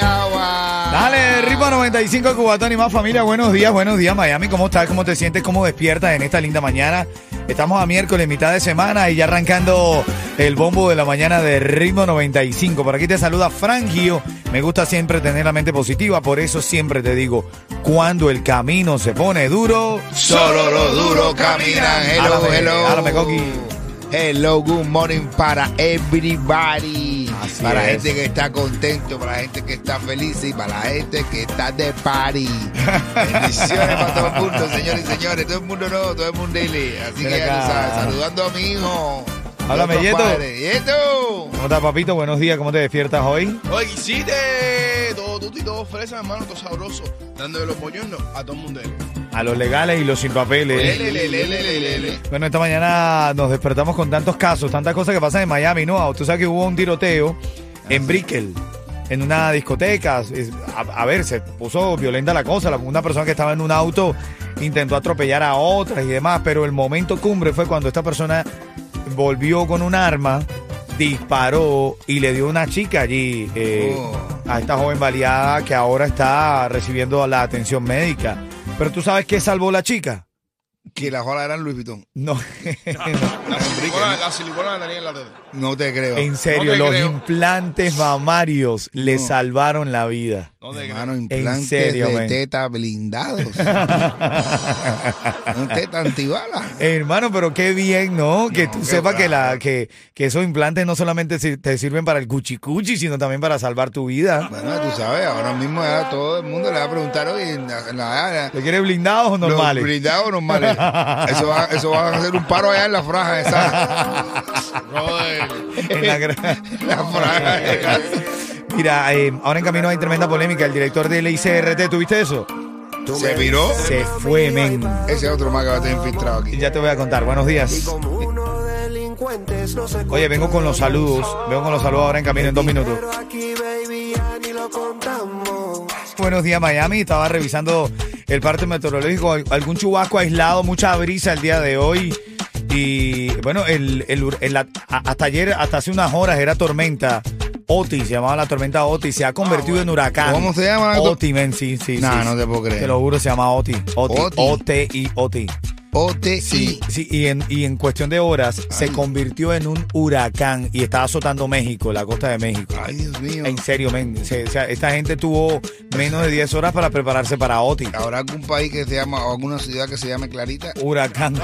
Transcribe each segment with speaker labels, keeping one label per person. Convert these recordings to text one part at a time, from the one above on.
Speaker 1: agua.
Speaker 2: Dale, Ritmo 95 Cubatón y más familia. Buenos días, buenos días, Miami. ¿Cómo estás? ¿Cómo te sientes? ¿Cómo despiertas en esta linda mañana? Estamos a miércoles, mitad de semana y ya arrancando el bombo de la mañana de Ritmo 95. Por aquí te saluda Frangio. Me gusta siempre tener la mente positiva, por eso siempre te digo, cuando el camino se pone duro,
Speaker 1: Solo los duros caminan. Hello,
Speaker 2: Álame,
Speaker 1: hello.
Speaker 2: álame, Coqui.
Speaker 1: Hello, good morning para everybody.
Speaker 2: Así
Speaker 1: para
Speaker 2: es.
Speaker 1: gente que está contento, para gente que está feliz y para la gente que está de party. Bendiciones para todo el mundo, señores y señores. Todo el mundo no, todo el mundo dile. Así
Speaker 2: Ven
Speaker 1: que ya
Speaker 2: acá.
Speaker 1: tú sabes, saludando a mi hijo.
Speaker 2: Háblame,
Speaker 1: Otro
Speaker 2: Yeto.
Speaker 1: padre. Yeto.
Speaker 2: ¿Cómo estás, papito? Buenos días, ¿cómo te despiertas hoy?
Speaker 3: Oye, hiciste todo tuto y todo fresa, hermano, todo sabroso, dándole los polluelos a todo el mundo.
Speaker 2: A los legales y los sin papeles.
Speaker 3: Lele, lele, lele, lele, lele.
Speaker 2: Bueno, esta mañana nos despertamos con tantos casos, tantas cosas que pasan en Miami, ¿no? Tú sabes que hubo un tiroteo en Brickell, en una discoteca. Es- A, a ver, se puso violenta la cosa. La- Una persona que estaba en un auto intentó atropellar a otras y demás, pero el momento cumbre fue cuando esta persona volvió con un arma, disparó y le dio a una chica allí, eh,
Speaker 1: Oh.
Speaker 2: a esta joven baleada que ahora está recibiendo la atención médica. Pero tú sabes qué salvó la chica.
Speaker 1: Que la jola eran Luis Vuitton.
Speaker 2: No,
Speaker 3: La silicona, la silicona la tenía en la teta.
Speaker 1: No te creo.
Speaker 2: En serio,
Speaker 3: No te
Speaker 2: los
Speaker 3: creo.
Speaker 2: implantes mamarios le
Speaker 1: No.
Speaker 2: salvaron la vida.
Speaker 3: No te creo.
Speaker 1: Hermano, implantes
Speaker 2: serio,
Speaker 1: de
Speaker 2: men.
Speaker 1: teta blindados. Un teta antibalas.
Speaker 2: Eh, Hermano, pero qué bien, ¿no? Que tú
Speaker 1: qué
Speaker 2: sepas que, la,
Speaker 1: bravo.
Speaker 2: que, que esos implantes no solamente sir- te sirven para el cuchicuchi, sino también para salvar tu vida.
Speaker 1: Bueno, tú sabes, ahora mismo ya todo el mundo le va a preguntar hoy en la, en la-
Speaker 2: ¿Te quieres blindados o normales?
Speaker 1: Los blindados normales. Eso va, eso va a hacer un paro allá en la franja esa.
Speaker 3: Brother.
Speaker 2: En la gra-
Speaker 1: La franja esa.
Speaker 2: Mira, eh, ahora en camino hay tremenda polémica. El director del ICRT, ¿tuviste eso?
Speaker 1: Se viró.
Speaker 2: Se fue, men.
Speaker 1: Ese otro más que va a estar infiltrado aquí.
Speaker 2: Ya te voy a contar. Buenos días.
Speaker 4: Como uno delincuentes no se
Speaker 2: Oye, vengo con los saludos. Vengo con los saludos ahora en camino en dos minutos.
Speaker 4: Pero aquí, baby, ya ni lo contamos.
Speaker 2: Buenos días, Miami. Estaba revisando el parte meteorológico. Al- Algún chubasco aislado, mucha brisa el día de hoy. Y bueno, el, el hur- el at- a- hasta ayer, hasta hace unas horas, era tormenta. Otis, se llamaba la tormenta Otis, se
Speaker 4: Ah,
Speaker 2: ha convertido en huracán.
Speaker 1: ¿Cómo se llama la to-
Speaker 2: Otis, men, sí, sí.
Speaker 1: Nah,
Speaker 2: sí,
Speaker 1: no
Speaker 2: sí.
Speaker 1: te puedo creer.
Speaker 2: Te lo juro, se llama Otis. Otis.
Speaker 1: Otis.
Speaker 2: O-T-I, Otis.
Speaker 1: OTI.
Speaker 2: Sí, y en, y en cuestión de horas se convirtió en un huracán y está azotando México, la costa de México.
Speaker 1: Ay, Dios mío.
Speaker 2: En serio, men. Se- o sea, esta gente tuvo menos de 10 horas para prepararse para Oti.
Speaker 1: ¿Habrá algún país que se llama, o alguna ciudad que se llame Clarita?
Speaker 2: Huracán.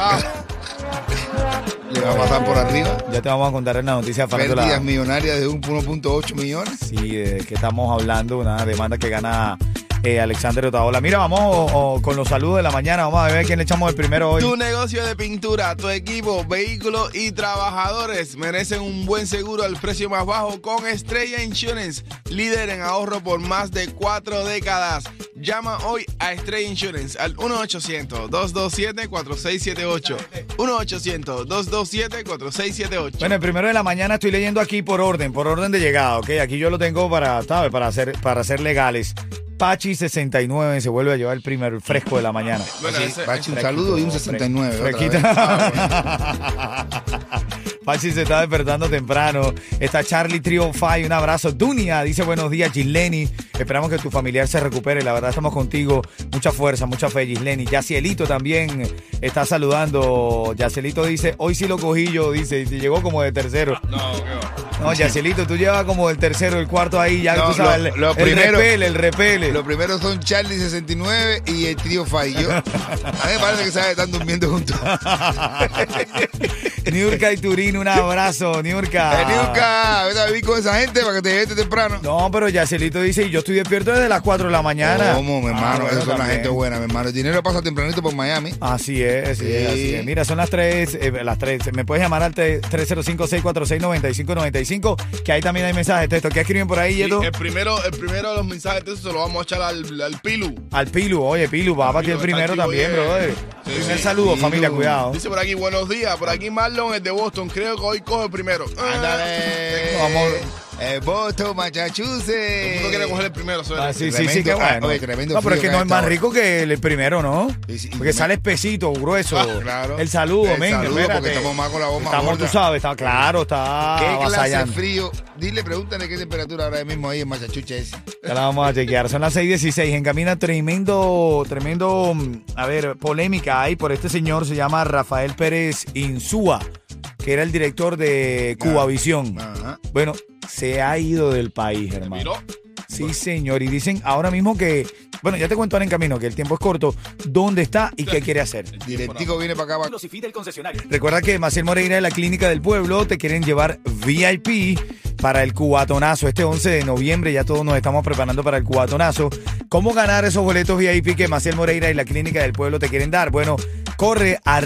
Speaker 1: Le va a pasar por arriba.
Speaker 2: Ya te vamos a contar en la noticia
Speaker 1: Pérdidas
Speaker 2: farándula.
Speaker 1: millonarias de un 1.8 millones.
Speaker 2: Sí, de que estamos hablando, una demanda que gana eh, Alexander Otaola. Mira, vamos o- o con los saludos de la mañana. Vamos a ver quién le echamos el primero
Speaker 3: Tu
Speaker 2: hoy.
Speaker 3: negocio de pintura, tu equipo, vehículos y trabajadores merecen un buen seguro al precio más bajo con Estrella Insurance, líder en ahorro por más de cuatro décadas. Llama hoy a Estrella Insurance al 1-800-227-4678. 1-800-227-4678.
Speaker 2: Bueno, el primero de la mañana estoy leyendo aquí por orden, por orden de llegada, ¿ok? Aquí yo lo tengo para, ¿sabes? Para hacer, para ser legales. Pachi 69 se vuelve a llevar el primer fresco de la mañana.
Speaker 3: Bueno, ese-
Speaker 1: Pachi, un
Speaker 2: Fresquito,
Speaker 1: saludo y un
Speaker 2: fre-
Speaker 1: 69. otra vez. Ah,
Speaker 2: Fresquita. Pachi se está despertando temprano. Está Charlie Trio Five, un abrazo. Dunia dice buenos días, Gisleni. Esperamos que tu familiar se recupere. La verdad, estamos contigo. Mucha fuerza, mucha fe, Gisleni. Yacielito también está saludando. Yacielito dice, hoy sí lo cogí yo, dice, y llegó como de tercero.
Speaker 3: No, qué va.
Speaker 2: No, Yacielito, tú llevas como del tercero, el cuarto ahí, ya
Speaker 1: No,
Speaker 2: tú sabes,
Speaker 1: lo- lo
Speaker 2: el,
Speaker 1: primero-
Speaker 2: repele, el repele.
Speaker 1: Los primeros son Charlie 69 y
Speaker 2: Ah.
Speaker 1: el trío Fay. Yo- A mí me parece que se están durmiendo juntos.
Speaker 2: Niurka y Turín, un abrazo, Niurka.
Speaker 1: Eh, Niurka, vete a vivir con esa gente para que te lleves temprano.
Speaker 2: No, pero Yacelito dice, yo estoy despierto desde las 4 de la mañana.
Speaker 1: ¿Cómo, mi
Speaker 2: Ah,
Speaker 1: hermano?
Speaker 2: bueno,
Speaker 1: Esa es una
Speaker 2: también.
Speaker 1: gente buena, mi hermano. El dinero pasa tempranito por Miami.
Speaker 2: Así es, así es,
Speaker 1: Sí.
Speaker 2: así es. Mira, son las 3, las 3. Me puedes llamar al te- 305-646-9595, que ahí también hay mensajes de texto. ¿Qué escriben por ahí,
Speaker 3: Sí, eh.
Speaker 2: Yeto?
Speaker 3: el, primero, el primero de los mensajes de eso se lo vamos a echar al, al Pilu.
Speaker 2: Al Pilu, oye, Pilu, va a partir el
Speaker 3: Pilu, está
Speaker 2: primero
Speaker 3: activo,
Speaker 2: también,
Speaker 3: oye.
Speaker 2: brother.
Speaker 3: Sí,
Speaker 2: Primer
Speaker 3: sí.
Speaker 2: saludo,
Speaker 1: Pilu.
Speaker 2: familia, cuidado.
Speaker 3: Dice por aquí, buenos días. Por aquí Marlon es de Boston. Creo que hoy coge el primero. Ah,
Speaker 1: Ándale.
Speaker 2: Vamos.
Speaker 1: El Eh, Boston,
Speaker 3: Todo el mundo quiere coger
Speaker 1: Massachusetts.
Speaker 3: el primero. suena.
Speaker 2: Ah, sí, sí,
Speaker 1: Tremendo,
Speaker 2: sí, qué
Speaker 1: ah,
Speaker 2: bueno.
Speaker 1: oye, tremendo
Speaker 2: no, pero es
Speaker 1: frío
Speaker 2: que
Speaker 1: que
Speaker 2: no
Speaker 1: hay
Speaker 2: es
Speaker 1: esta
Speaker 2: más
Speaker 1: hora.
Speaker 2: rico que el primero, ¿no?
Speaker 1: Sí, sí, y
Speaker 2: porque
Speaker 1: tremendo.
Speaker 2: sale espesito, grueso.
Speaker 1: Ah, claro.
Speaker 2: El saludo,
Speaker 1: El
Speaker 2: men,
Speaker 1: saludo, porque
Speaker 2: espérate.
Speaker 1: estamos más con la bomba
Speaker 2: Estamos,
Speaker 1: gorda.
Speaker 2: tú sabes, está claro, está
Speaker 1: ¿Qué clase de
Speaker 2: avasallando.
Speaker 1: frío? Dile, pregúntale qué temperatura ahora mismo hay en Massachusetts.
Speaker 2: Ya la vamos a chequear. Son las 6.16. Encamina tremendo, tremendo, mm, a ver, polémica hay por este señor. Se llama Rafael Pérez Insúa, que era el director de Cubavisión.
Speaker 1: Ajá.
Speaker 2: Bueno, se ha ido del país, hermano.
Speaker 3: Miró.
Speaker 2: Sí, señor. Y dicen ahora mismo que, bueno, ya te cuento ahora en camino, que el tiempo es corto. ¿Dónde está y qué quiere hacer?
Speaker 1: Directico viene para acá. pa-
Speaker 5: Nocifita el concesionario.
Speaker 2: Recuerda que Maciel Moreira de la Clínica del Pueblo te quieren llevar VIP para el cubatonazo. Este 11 de noviembre ya todos nos estamos preparando para el cubatonazo. ¿Cómo ganar esos boletos VIP que Maciel Moreira y la Clínica del Pueblo te quieren dar? Bueno, corre a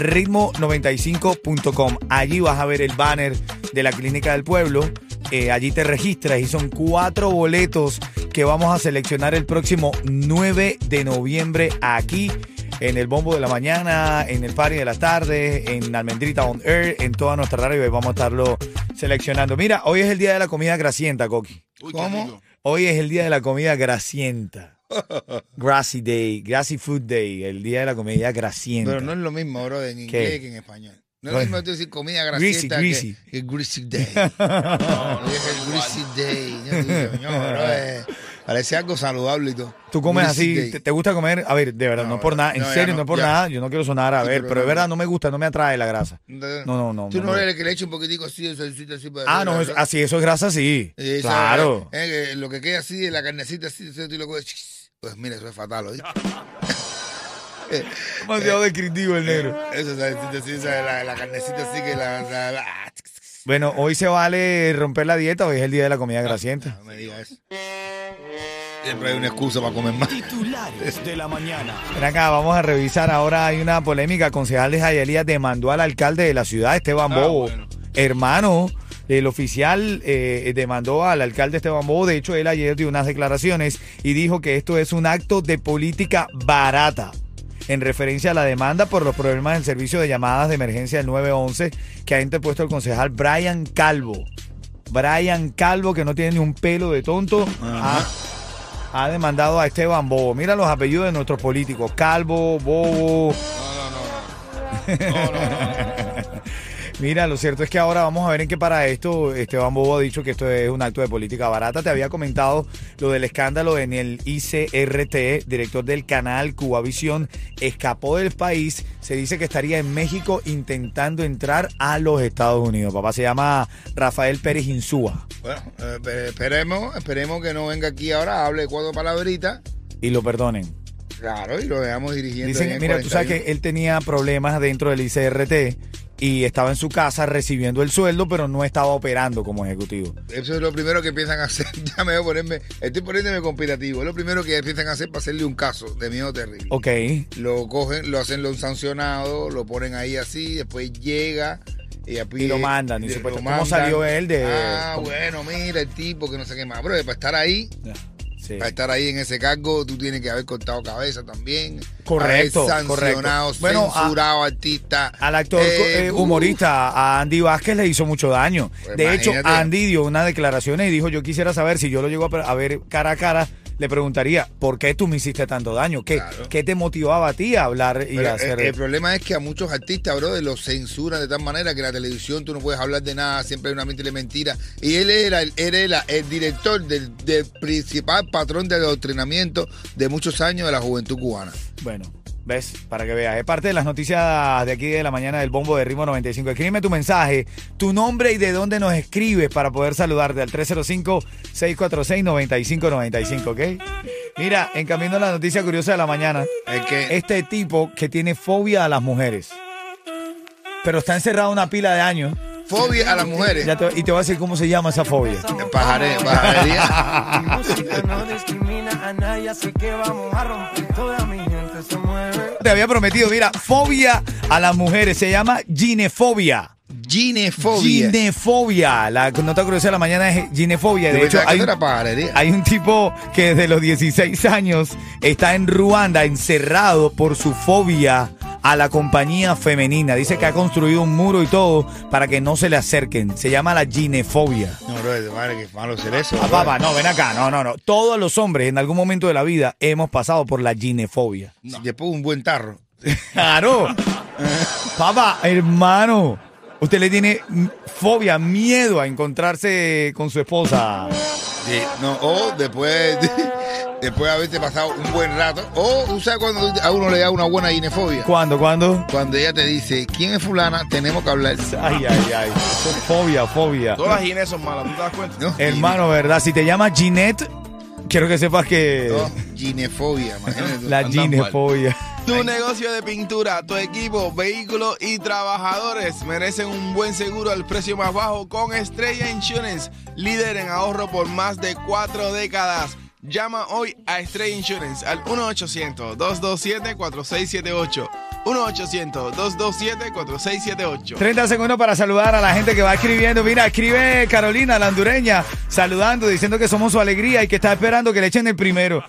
Speaker 2: ritmo95.com. Allí vas a ver el banner de la Clínica del Pueblo. Eh, allí te registras y son cuatro boletos que vamos a seleccionar el próximo 9 de noviembre aquí en el bombo de la mañana, en el party de la tarde, en Almendrita on Air, en toda nuestra radio y vamos a estarlo seleccionando. Mira, hoy es el día de la comida grasienta, Coqui.
Speaker 3: Uy, qué rico.
Speaker 2: Hoy es el día de la comida grasienta. Grassy Day, Grassy Food Day, el día de la comida grasienta.
Speaker 1: Pero no es lo mismo, bro, en inglés que en español. No es lo
Speaker 2: Bueno.
Speaker 1: mismo tú decir comida
Speaker 2: Greasy,
Speaker 1: grasienta
Speaker 2: greasy.
Speaker 1: que, que greasy day. no, no, es el greasy day. Yo digo, no, bro, eh, parece algo saludable y todo.
Speaker 2: Tú comes
Speaker 1: Greasy
Speaker 2: así,
Speaker 1: day.
Speaker 2: te, te gusta comer, a ver, de verdad, no,
Speaker 1: No,
Speaker 2: es por nada, en
Speaker 1: no, ya
Speaker 2: serio, no,
Speaker 1: no,
Speaker 2: es por
Speaker 1: ya.
Speaker 2: nada, yo no quiero sonar, a
Speaker 1: Sí,
Speaker 2: ver,
Speaker 1: pero
Speaker 2: pero de
Speaker 1: no,
Speaker 2: verdad
Speaker 1: no.
Speaker 2: no me gusta, no me atrae la grasa. No, no, no,
Speaker 1: Tú
Speaker 2: no.
Speaker 1: no eres el que le eche un poquitico así de salsita así para.
Speaker 2: Ah, no, es- así, eso es grasa, sí.
Speaker 1: Eh, esa-
Speaker 2: Claro.
Speaker 1: eh, eh, lo que queda así de la carnecita así, eso tú lo coges. Pues mira, eso es fatal, ¿oíste? Eh,
Speaker 2: Demasiado descriptivo el negro.
Speaker 1: Eso es así, esa de la, la carnecita así que la. la- la- ah,
Speaker 2: Bueno, hoy se vale romper la dieta, hoy es el día de la comida grasienta.
Speaker 1: no me digas eso. Siempre hay una excusa para comer más.
Speaker 5: Titulares de la mañana.
Speaker 2: Ven acá, vamos a revisar. Ahora hay una polémica. Concejal de Jayalía demandó al alcalde de la ciudad, Esteban
Speaker 3: Ah,
Speaker 2: Bobo.
Speaker 3: bueno.
Speaker 2: Hermano, el oficial eh, demandó al alcalde Esteban Bobo. De hecho, él ayer dio unas declaraciones y dijo que esto es un acto de política barata. En referencia a la demanda por los problemas del servicio de llamadas de emergencia del 911 que ha interpuesto el concejal Brian Calvo. Brian Calvo, que no tiene ni un pelo de tonto, ha- ha, demandado a Esteban Bobo. Mira los apellidos de nuestros políticos: Calvo, Bobo. Mira, lo cierto es que ahora vamos a ver en qué para esto. Esteban Bobo ha dicho que esto es un acto de política barata. Te había comentado lo del escándalo en el ICRT, director del canal Cubavisión, escapó del país. Se dice que estaría en México intentando entrar a los Estados Unidos. Papá se llama Rafael Pérez Insúa
Speaker 1: Bueno, eh, pe- esperemos, esperemos que no venga aquí ahora, hable cuatro palabritas.
Speaker 2: y lo perdonen.
Speaker 1: Claro, y lo dejamos dirigiendo. ahí
Speaker 2: Dicen,
Speaker 1: en
Speaker 2: mira, tú sabes
Speaker 1: 41.
Speaker 2: que él tenía problemas dentro del ICRT y estaba en su casa recibiendo el sueldo, pero no estaba operando como ejecutivo.
Speaker 1: Eso es lo primero que piensan hacer. ya me voy a ponerme. Estoy poniéndome conspirativo. Es lo primero que piensan hacer para hacerle un caso de miedo terrible.
Speaker 2: Ok.
Speaker 1: Lo cogen, lo hacen lo un sancionado, lo ponen ahí así, después llega. Y, a pie-
Speaker 2: lo mandan, y
Speaker 1: lo
Speaker 2: supuesto- ¿cómo salió él de-
Speaker 1: Ah, bueno, mira el tipo que no sé qué más. Bro, para estar ahí,
Speaker 2: Sí.
Speaker 1: para estar ahí en ese cargo, tú tienes que haber cortado cabeza también.
Speaker 2: Correcto,
Speaker 1: Haber sancionado,
Speaker 2: correcto. Bueno, a-
Speaker 1: censurado artista.
Speaker 2: Al actor
Speaker 1: Eh,
Speaker 2: eh,
Speaker 1: uf.
Speaker 2: humorista, a Andy Vázquez le hizo mucho daño.
Speaker 1: Pues
Speaker 2: de hecho,
Speaker 1: imagínate.
Speaker 2: Andy dio unas declaraciones y dijo, yo quisiera saber, si yo lo llego a, pre- a ver cara a cara, le preguntaría, ¿por qué tú me hiciste tanto daño? ¿Qué,
Speaker 1: Claro.
Speaker 2: qué te motivaba a ti a hablar y
Speaker 1: Pero,
Speaker 2: a hacer...
Speaker 1: eh, el, problema es que a muchos artistas, brother, los censuran de tal manera que en la televisión tú no puedes hablar de nada, siempre hay una mente de mentira. Y él era, el- él era el director del, del principal patrón de adoctrinamiento de muchos años de la juventud cubana.
Speaker 2: Bueno, ves, para que veas. Es parte de las noticias de aquí de la mañana del Bombo de Ritmo 95. Escríbeme tu mensaje, tu nombre y de dónde nos escribes para poder saludarte al 305-646-9595, ¿ok? Mira, en camino a la noticia curiosa de la mañana,
Speaker 1: Es que
Speaker 2: este tipo que tiene fobia a las mujeres. pero está encerrada una pila de años.
Speaker 1: Fobia a las mujeres.
Speaker 2: Ya te- y te voy a decir cómo se llama esa fobia.
Speaker 1: Pajare-
Speaker 4: Mi
Speaker 1: pajarería.
Speaker 4: música no discrimina a nadie, así que vamos a romper. Toda mi gente se mueve.
Speaker 2: Te había prometido, mira, fobia a las mujeres. Se llama ginefobia.
Speaker 1: Ginefobia.
Speaker 2: Ginefobia. La nota curiosa de la mañana es ginefobia.
Speaker 1: Yo
Speaker 2: De hecho,
Speaker 1: pensaba que
Speaker 2: hay,
Speaker 1: eso era pajarería.
Speaker 2: hay un tipo que desde los 16 años está en Ruanda encerrado por su fobia a la compañía femenina. Dice que ha construido un muro y todo para que no se le acerquen. Se llama la ginefobia.
Speaker 1: No, bro, madre, qué malo ser eso.
Speaker 2: Ah,
Speaker 1: bro.
Speaker 2: papá, no, ven acá. No, no, no. Todos los hombres en algún momento de la vida hemos pasado por la ginefobia.
Speaker 1: Si te pongo un buen tarro.
Speaker 2: Claro. Papá, hermano. Usted le tiene m- fobia, miedo a encontrarse con su esposa.
Speaker 1: Sí, no, o después, después de haberte pasado un buen rato. O, ¿tú sabes cuando a uno le da una buena ginefobia?
Speaker 2: ¿Cuándo, cuándo?
Speaker 1: Cuando ella te dice, ¿quién es fulana? Tenemos que hablar.
Speaker 2: Ay, ay, ay. Eso es Fobia, fobia.
Speaker 3: Todas las Ginés son malas, ¿tú te das cuenta?
Speaker 1: ¿no?
Speaker 2: Hermano, ¿verdad? Si te llamas Ginette, quiero que sepas que
Speaker 1: No, ginefobia, imagínate. tú.
Speaker 2: la
Speaker 3: andan mal.
Speaker 2: ginefobia.
Speaker 3: Tu negocio de pintura, tu equipo, vehículo y trabajadores merecen un buen seguro al precio más bajo con Estrella Insurance, líder en ahorro por más de cuatro décadas. Llama hoy a Estrella Insurance al 1-800-227-4678. 1-800-227-4678.
Speaker 2: 30 segundos para saludar a la gente que va escribiendo. Mira, escribe Carolina, la hondureña, saludando, diciendo que somos su alegría y que está esperando que le echen el primero.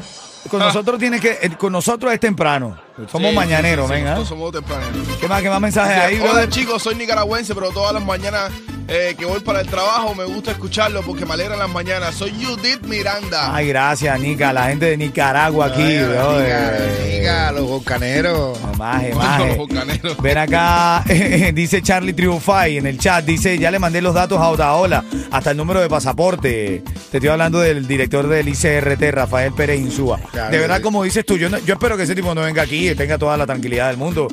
Speaker 2: Con nosotros tiene que, eh, con nosotros es temprano. Somos
Speaker 3: Ah. Sí,
Speaker 2: mañaneros,
Speaker 3: sí, sí,
Speaker 2: venga.
Speaker 3: nosotros somos tempraneros.
Speaker 2: ¿Qué más, qué más mensajes
Speaker 3: Dice,
Speaker 2: ahí,
Speaker 3: Hola
Speaker 2: brother?
Speaker 3: chicos, soy nicaragüense, pero todas las mañanas eh, que voy para el trabajo me gusta escucharlo porque me alegran las mañanas. Soy Judith Miranda.
Speaker 2: Ay, gracias, Nica, la gente de Nicaragua aquí,
Speaker 1: Ay,
Speaker 2: brother.
Speaker 1: amiga, amiga, los volcaneros.
Speaker 2: No, maje,
Speaker 3: Los
Speaker 2: maje.
Speaker 3: bocaneros.
Speaker 2: Ven acá, dice Charlie Triunfay en el chat, dice, ya le mandé los datos a Otaola, hasta el número de pasaporte. Te estoy hablando del director del ICRT, Rafael Pérez Insúa.
Speaker 1: Claro, eh.
Speaker 2: de verdad,
Speaker 1: sí.
Speaker 2: como dices tú, yo, no- yo espero que ese tipo no venga aquí, tenga toda la tranquilidad del mundo.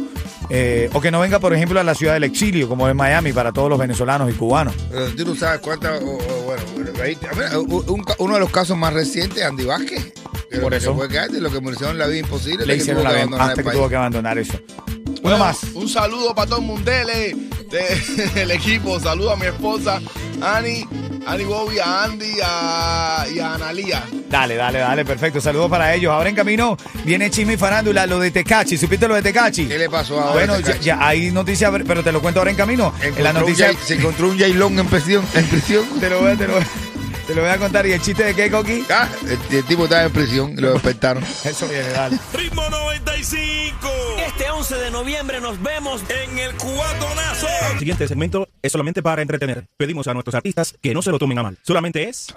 Speaker 2: Eh, o que no venga, por ejemplo, a la ciudad del exilio, como es Miami, para todos los venezolanos y cubanos.
Speaker 1: Pero tú no sabes cuántas. o- o, bueno, bueno, ahí- mira, u- un ca- uno de los casos más recientes, Andy Vázquez. Que
Speaker 2: Por
Speaker 1: lo
Speaker 2: eso.
Speaker 1: Que fue caer, de lo que me hicieron la vida imposible.
Speaker 2: Le
Speaker 1: que
Speaker 2: hicieron
Speaker 1: tuvo
Speaker 2: la
Speaker 1: que
Speaker 2: venta
Speaker 1: abandonar
Speaker 2: hasta
Speaker 1: el
Speaker 2: que
Speaker 1: país.
Speaker 2: tuvo que abandonar eso. Uno
Speaker 3: Bueno,
Speaker 2: más.
Speaker 3: Un saludo para todo el Mundele, de- del equipo. Saludo a mi esposa, Ani, Ani Bobby, a Andy a, y a Analia.
Speaker 2: Dale, dale, dale, perfecto. Saludos para ellos. Ahora en camino viene Chisme y Farándula, lo de Tecachi. ¿Supiste lo de Tecachi?
Speaker 1: ¿Qué le pasó ahora a
Speaker 2: Bueno, ya,
Speaker 1: Tecachi?
Speaker 2: ya hay noticias, pero te lo cuento ahora en camino. En la
Speaker 1: Encontró un
Speaker 2: noticia.
Speaker 1: Jay- se encontró un Jailón en prisión. En prisión.
Speaker 2: Te lo, voy a, te, lo voy a, te lo voy a contar. ¿Y el chiste de qué, Coqui?
Speaker 1: Ah, el, el tipo estaba en prisión y lo despertaron.
Speaker 2: Eso viene, dale.
Speaker 6: Ritmo 95.
Speaker 7: Este 11 de noviembre nos vemos
Speaker 6: En el cubatonazo.
Speaker 7: El siguiente segmento es solamente para entretener. Pedimos a nuestros artistas que no se lo tomen a mal. Solamente es...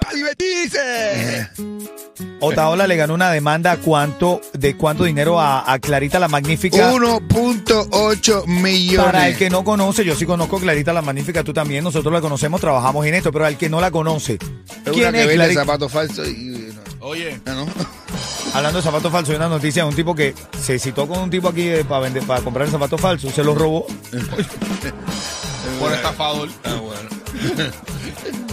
Speaker 2: Otaola le ganó una demanda a cuánto, de cuánto dinero a, a Clarita la Magnífica.
Speaker 1: 1.8 millones.
Speaker 2: Para el que no conoce, yo sí conozco a Clarita la Magnífica, tú también, nosotros la conocemos, trabajamos en esto, pero al que no la conoce,
Speaker 1: es una
Speaker 2: ¿quién
Speaker 1: que
Speaker 2: es
Speaker 1: vende
Speaker 2: Clarita?
Speaker 1: zapatos falsos y. no,
Speaker 3: Oye,
Speaker 1: No, no.
Speaker 2: Hablando de zapatos falsos, hay una noticia de un tipo que se citó con un tipo aquí eh, para vender, para comprar el zapato falso, se lo robó.
Speaker 3: por estafador. Ah,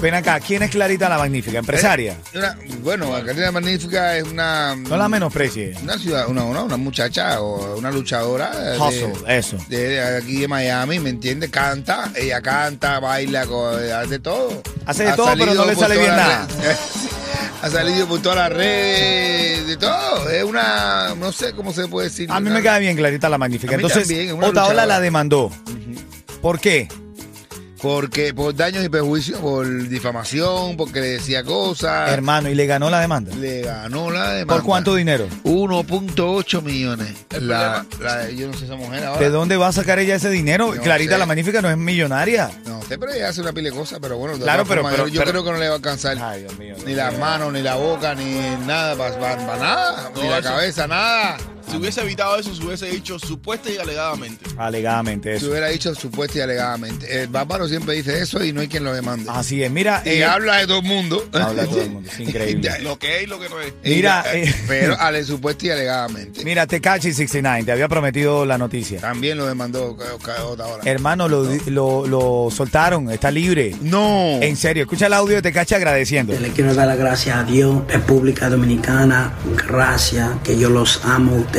Speaker 2: Ven acá, ¿quién es Clarita la Magnífica? Empresaria.
Speaker 1: Una- bueno, Carolina Magnífica es una.
Speaker 2: No la menosprecie.
Speaker 1: Una ciudad, una, una, una muchacha o una luchadora. de-
Speaker 2: Hustle, eso.
Speaker 1: de, de aquí de Miami, ¿me entiendes? Canta, ella canta, baila, co- hace todo.
Speaker 2: Hace de todo, pero no
Speaker 1: salido
Speaker 2: le
Speaker 1: por
Speaker 2: sale bien
Speaker 1: todas
Speaker 2: nada.
Speaker 1: las redes. ha salido por todas las redes, de todo. Es una, no sé cómo se puede decir.
Speaker 2: A mí
Speaker 1: Una-
Speaker 2: me cae bien Clarita la Magnífica.
Speaker 1: A mí
Speaker 2: Entonces,
Speaker 1: también, es una
Speaker 2: Otaola
Speaker 1: luchadora.
Speaker 2: la demandó. ¿Por qué?
Speaker 1: Porque por daños y perjuicios, por difamación, porque le decía cosas.
Speaker 2: Hermano, y le ganó la demanda.
Speaker 1: Le ganó Ah. la demanda.
Speaker 2: ¿Por cuánto dinero?
Speaker 1: 1.8 millones. La, la- yo no sé esa mujer ahora.
Speaker 2: ¿De dónde va a sacar ella ese dinero?
Speaker 1: No
Speaker 2: Clarita
Speaker 1: sé.
Speaker 2: la Magnífica no es millonaria.
Speaker 1: No sé, pero ella hace una pila de cosas, pero bueno. de
Speaker 2: Claro,
Speaker 1: todas
Speaker 2: pero-
Speaker 1: formas,
Speaker 2: pero-
Speaker 1: yo yo
Speaker 2: pero-
Speaker 1: creo que no le va a alcanzar.
Speaker 2: Ay, Dios mío. Dios
Speaker 1: Ni
Speaker 2: mío.
Speaker 1: las manos, ni la boca, ni nada, para nada, ni
Speaker 3: No,
Speaker 1: la
Speaker 3: eso-
Speaker 1: cabeza, nada.
Speaker 3: Si hubiese evitado eso, se hubiese dicho supuesta y alegadamente.
Speaker 2: Alegadamente
Speaker 1: Se
Speaker 2: eso.
Speaker 1: hubiera dicho supuesta y alegadamente. El bárbaro siempre dice eso y no hay quien lo demande.
Speaker 2: Así es. Mira,
Speaker 1: y
Speaker 2: Ah, eh,
Speaker 1: habla de todo el mundo.
Speaker 2: habla todo el mundo. Es increíble.
Speaker 3: Lo que es y lo que no es.
Speaker 1: Y-
Speaker 2: Mira,
Speaker 1: eh,
Speaker 2: eh.
Speaker 1: pero ale supuesta y alegadamente.
Speaker 2: Mira, Tecachi 69, te había prometido la noticia.
Speaker 1: También lo demandó ca- ca- otra hora.
Speaker 2: Hermano, lo, lo- lo soltaron, está libre.
Speaker 1: No.
Speaker 2: En serio, escucha el audio de Tecachi agradeciendo.
Speaker 8: Le quiero dar las gracias a Dios, República Dominicana, gracias, que yo los amo a ustedes.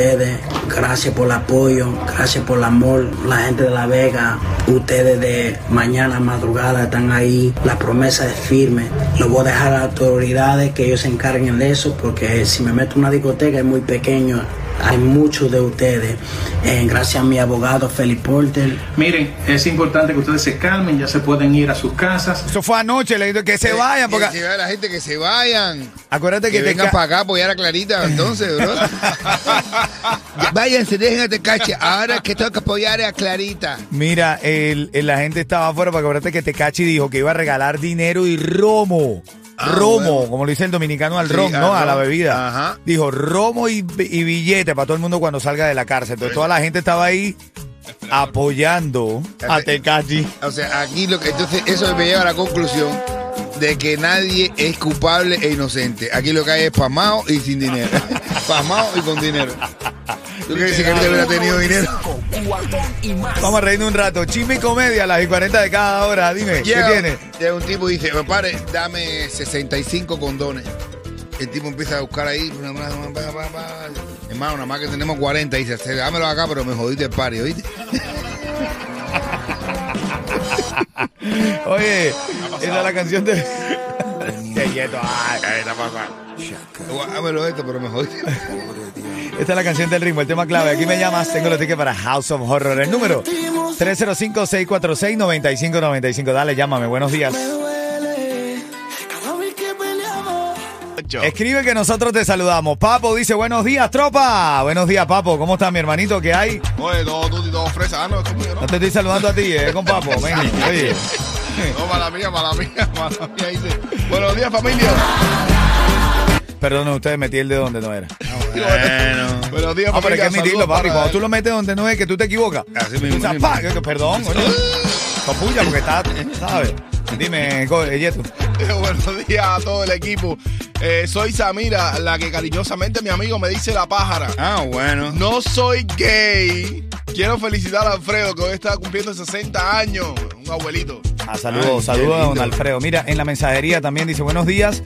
Speaker 8: Gracias por el apoyo, gracias por el amor. La gente de La Vega, ustedes de mañana madrugada están ahí. La promesa es firme. Lo voy a dejar a las autoridades que ellos se encarguen de eso porque si me meto en una discoteca es muy pequeño. Hay muchos de ustedes. Eh, gracias a mi abogado Felipe Porter.
Speaker 9: Miren, es importante que ustedes se calmen, ya se pueden ir a sus casas.
Speaker 2: Eso fue anoche, le digo que se vayan, porque
Speaker 1: Que se vaya la gente, que se vayan.
Speaker 2: acuérdate
Speaker 1: Que,
Speaker 2: que, te
Speaker 1: vengan
Speaker 2: ca-
Speaker 1: para acá a apoyar a Clarita, entonces, bro. Ya, Váyanse, dejen de cache. Ahora que tengo que apoyar a Clarita.
Speaker 2: Mira, el, el- la gente estaba afuera para acuérdate que Tecachi dijo que iba a regalar dinero y romo.
Speaker 1: Ah,
Speaker 2: romo,
Speaker 1: bueno.
Speaker 2: como le dice el dominicano al
Speaker 1: Sí,
Speaker 2: ron,
Speaker 1: al
Speaker 2: ¿no? A la
Speaker 1: ron.
Speaker 2: bebida.
Speaker 1: Ajá.
Speaker 2: Dijo romo y, y billete para todo el mundo cuando salga de la cárcel. Entonces toda la gente estaba ahí apoyando a
Speaker 1: Espera.
Speaker 2: Tecachi.
Speaker 1: O sea, aquí lo que. Entonces, eso me lleva a la conclusión de que nadie es culpable e inocente. Aquí lo que hay es pasmado y sin dinero. pasmado y con dinero. ¿Tú crees que Clarita hubiera tenido dinero?
Speaker 2: Vamos a reírnos un rato. Chisme y comedia a las y 40 de cada hora. Dime,
Speaker 1: Llega,
Speaker 2: ¿qué tiene?
Speaker 1: llega un tipo y dice, padre, dame 65 condones. El tipo empieza a buscar ahí, una, una, una, pa, pa, pa. hermano, nada más que tenemos 40. Y dice, "Sí, dámelo acá, pero me jodiste el pari, ¿oíste?
Speaker 2: Oye, esa es la canción de... Qué quieto, ay.
Speaker 1: Dámelo esto, pero me jodiste.
Speaker 2: Esta es la canción del ritmo, el tema clave. Aquí me llamas, tengo los tickets para House of Horror. El número 305-646-9595. Dale, llámame, buenos días. Escribe que nosotros te saludamos. Papo dice, buenos días, tropa. Buenos días, Papo. ¿Cómo está mi hermanito? ¿Qué hay?
Speaker 3: Oye, todo tuti, todo fresa. Ah, no, es conmigo, ¿no?
Speaker 2: No te estoy saludando a ti, eh, con Papo. Venga, oye.
Speaker 3: No, para mía, para mía, para mía. Dice, buenos días, familia.
Speaker 2: Perdón, ustedes metí el de donde no era.
Speaker 1: Bueno.
Speaker 3: Buenos días,
Speaker 2: Ah, pero hay que
Speaker 3: familia.
Speaker 2: admitirlo,
Speaker 3: Saludos
Speaker 2: papi.
Speaker 3: para-
Speaker 2: Cuando tú lo metes donde no es, que tú te equivocas.
Speaker 1: Así mismo,
Speaker 2: O sea,
Speaker 1: mismo.
Speaker 2: pa, que- que- Perdón, oye. Papulla, porque está, ¿sabes? Dime, go- eh, Yeto.
Speaker 3: Buenos días a todo el equipo. Eh, soy Samira, la que cariñosamente mi amigo me dice la pájara.
Speaker 1: Ah, bueno.
Speaker 3: No soy gay. Quiero felicitar a Alfredo, que hoy está cumpliendo 60 años. Un abuelito.
Speaker 2: Ah, saludos,
Speaker 1: Ay, qué
Speaker 2: saludos a don
Speaker 1: lindo.
Speaker 2: Alfredo. Mira, en la mensajería también dice buenos días.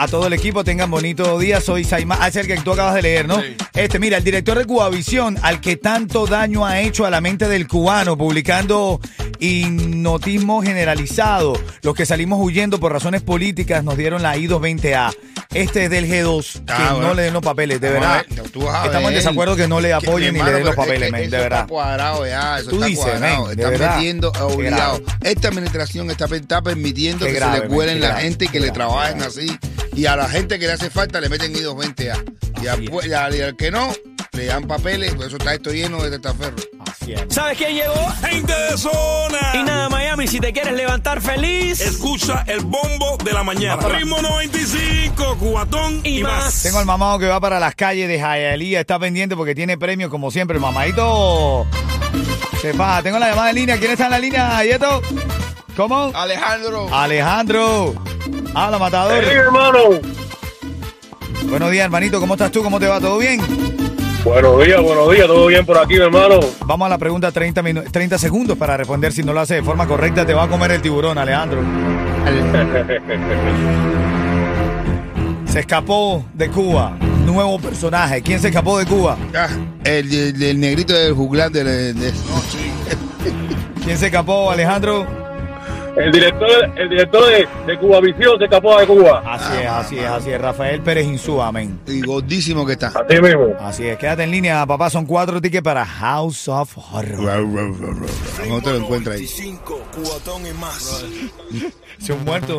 Speaker 2: A todo el equipo, tengan bonito día. Soy Saima. Ah, es el que tú acabas de leer, ¿no?
Speaker 3: Sí.
Speaker 2: Este, mira, el director de Cubavisión, al que tanto daño ha hecho a la mente del cubano, publicando hipnotismo generalizado. Los que salimos huyendo por razones políticas nos dieron la I220A. Este es del G2,
Speaker 1: Ah,
Speaker 2: que
Speaker 1: bueno.
Speaker 2: no le den los papeles, de
Speaker 1: Vamos a
Speaker 2: verdad.
Speaker 1: ver, tú vas a
Speaker 2: Estamos en
Speaker 1: ver.
Speaker 2: desacuerdo que no le
Speaker 1: Que,
Speaker 2: apoyen
Speaker 1: mi
Speaker 2: ni le
Speaker 1: hermano,
Speaker 2: den los
Speaker 1: pero es
Speaker 2: papeles,
Speaker 1: que
Speaker 2: men,
Speaker 1: eso
Speaker 2: de verdad.
Speaker 1: Está cuadrado ya, eso
Speaker 2: Tú
Speaker 1: está
Speaker 2: dices,
Speaker 1: cuadrado.
Speaker 2: men, de
Speaker 1: Están
Speaker 2: verdad.
Speaker 1: metiendo
Speaker 2: Qué
Speaker 1: obligado.
Speaker 2: grave.
Speaker 1: Esta administración está, está permitiendo
Speaker 2: Qué
Speaker 1: que
Speaker 2: grave,
Speaker 1: se le
Speaker 2: men,
Speaker 1: cuelen
Speaker 2: qué
Speaker 1: la
Speaker 2: grave,
Speaker 1: gente y que
Speaker 2: qué
Speaker 1: le
Speaker 2: grave,
Speaker 1: trabajen
Speaker 2: qué
Speaker 1: así. Y a la gente que le hace falta le meten idos 20 a. Y, a-
Speaker 2: Así es.
Speaker 1: pues, y al- y al que no, le dan papeles, por eso está esto lleno de testaferro.
Speaker 2: Así es.
Speaker 4: ¿Sabes quién llegó?
Speaker 6: Gente de zona.
Speaker 4: Y nada, Miami, si te quieres levantar feliz.
Speaker 6: Escucha el bombo de la mañana. Ritmo 95, cubatón y,
Speaker 4: Y más.
Speaker 6: más.
Speaker 2: Tengo al mamado que va para las calles de Jayalía, está pendiente porque tiene premios como siempre. El mamadito se pasa. Tengo la llamada en línea. ¿Quién está en la línea, Yeto? ¿Cómo?
Speaker 3: Alejandro.
Speaker 2: Alejandro. Ah, la matador.
Speaker 10: hermano.
Speaker 2: Buenos días, hermanito. ¿Cómo estás tú? ¿Cómo te va? ¿Todo bien?
Speaker 10: Buenos días, buenos días. ¿Todo bien por aquí, mi hermano?
Speaker 2: Vamos a la pregunta 30, minu- 30 segundos para responder. Si no lo haces de forma correcta, te va a comer el tiburón, Alejandro. Se escapó de Cuba. Nuevo personaje. ¿Quién se escapó de Cuba?
Speaker 1: Ah, el, el- el negrito del juglar de, de- de-
Speaker 2: ¿Quién se escapó, Alejandro?
Speaker 10: El director, el director de, de Cuba Visión se escapó de Cuba.
Speaker 2: Así es, así es, así es. Rafael Pérez Insúa, amén.
Speaker 1: y gordísimo que está.
Speaker 10: Así mismo.
Speaker 2: Así es, quédate en línea, papá. Son cuatro tickets para House of Horror.
Speaker 1: No te lo encuentras ahí.
Speaker 6: cubatón y más.
Speaker 2: Se un muerto.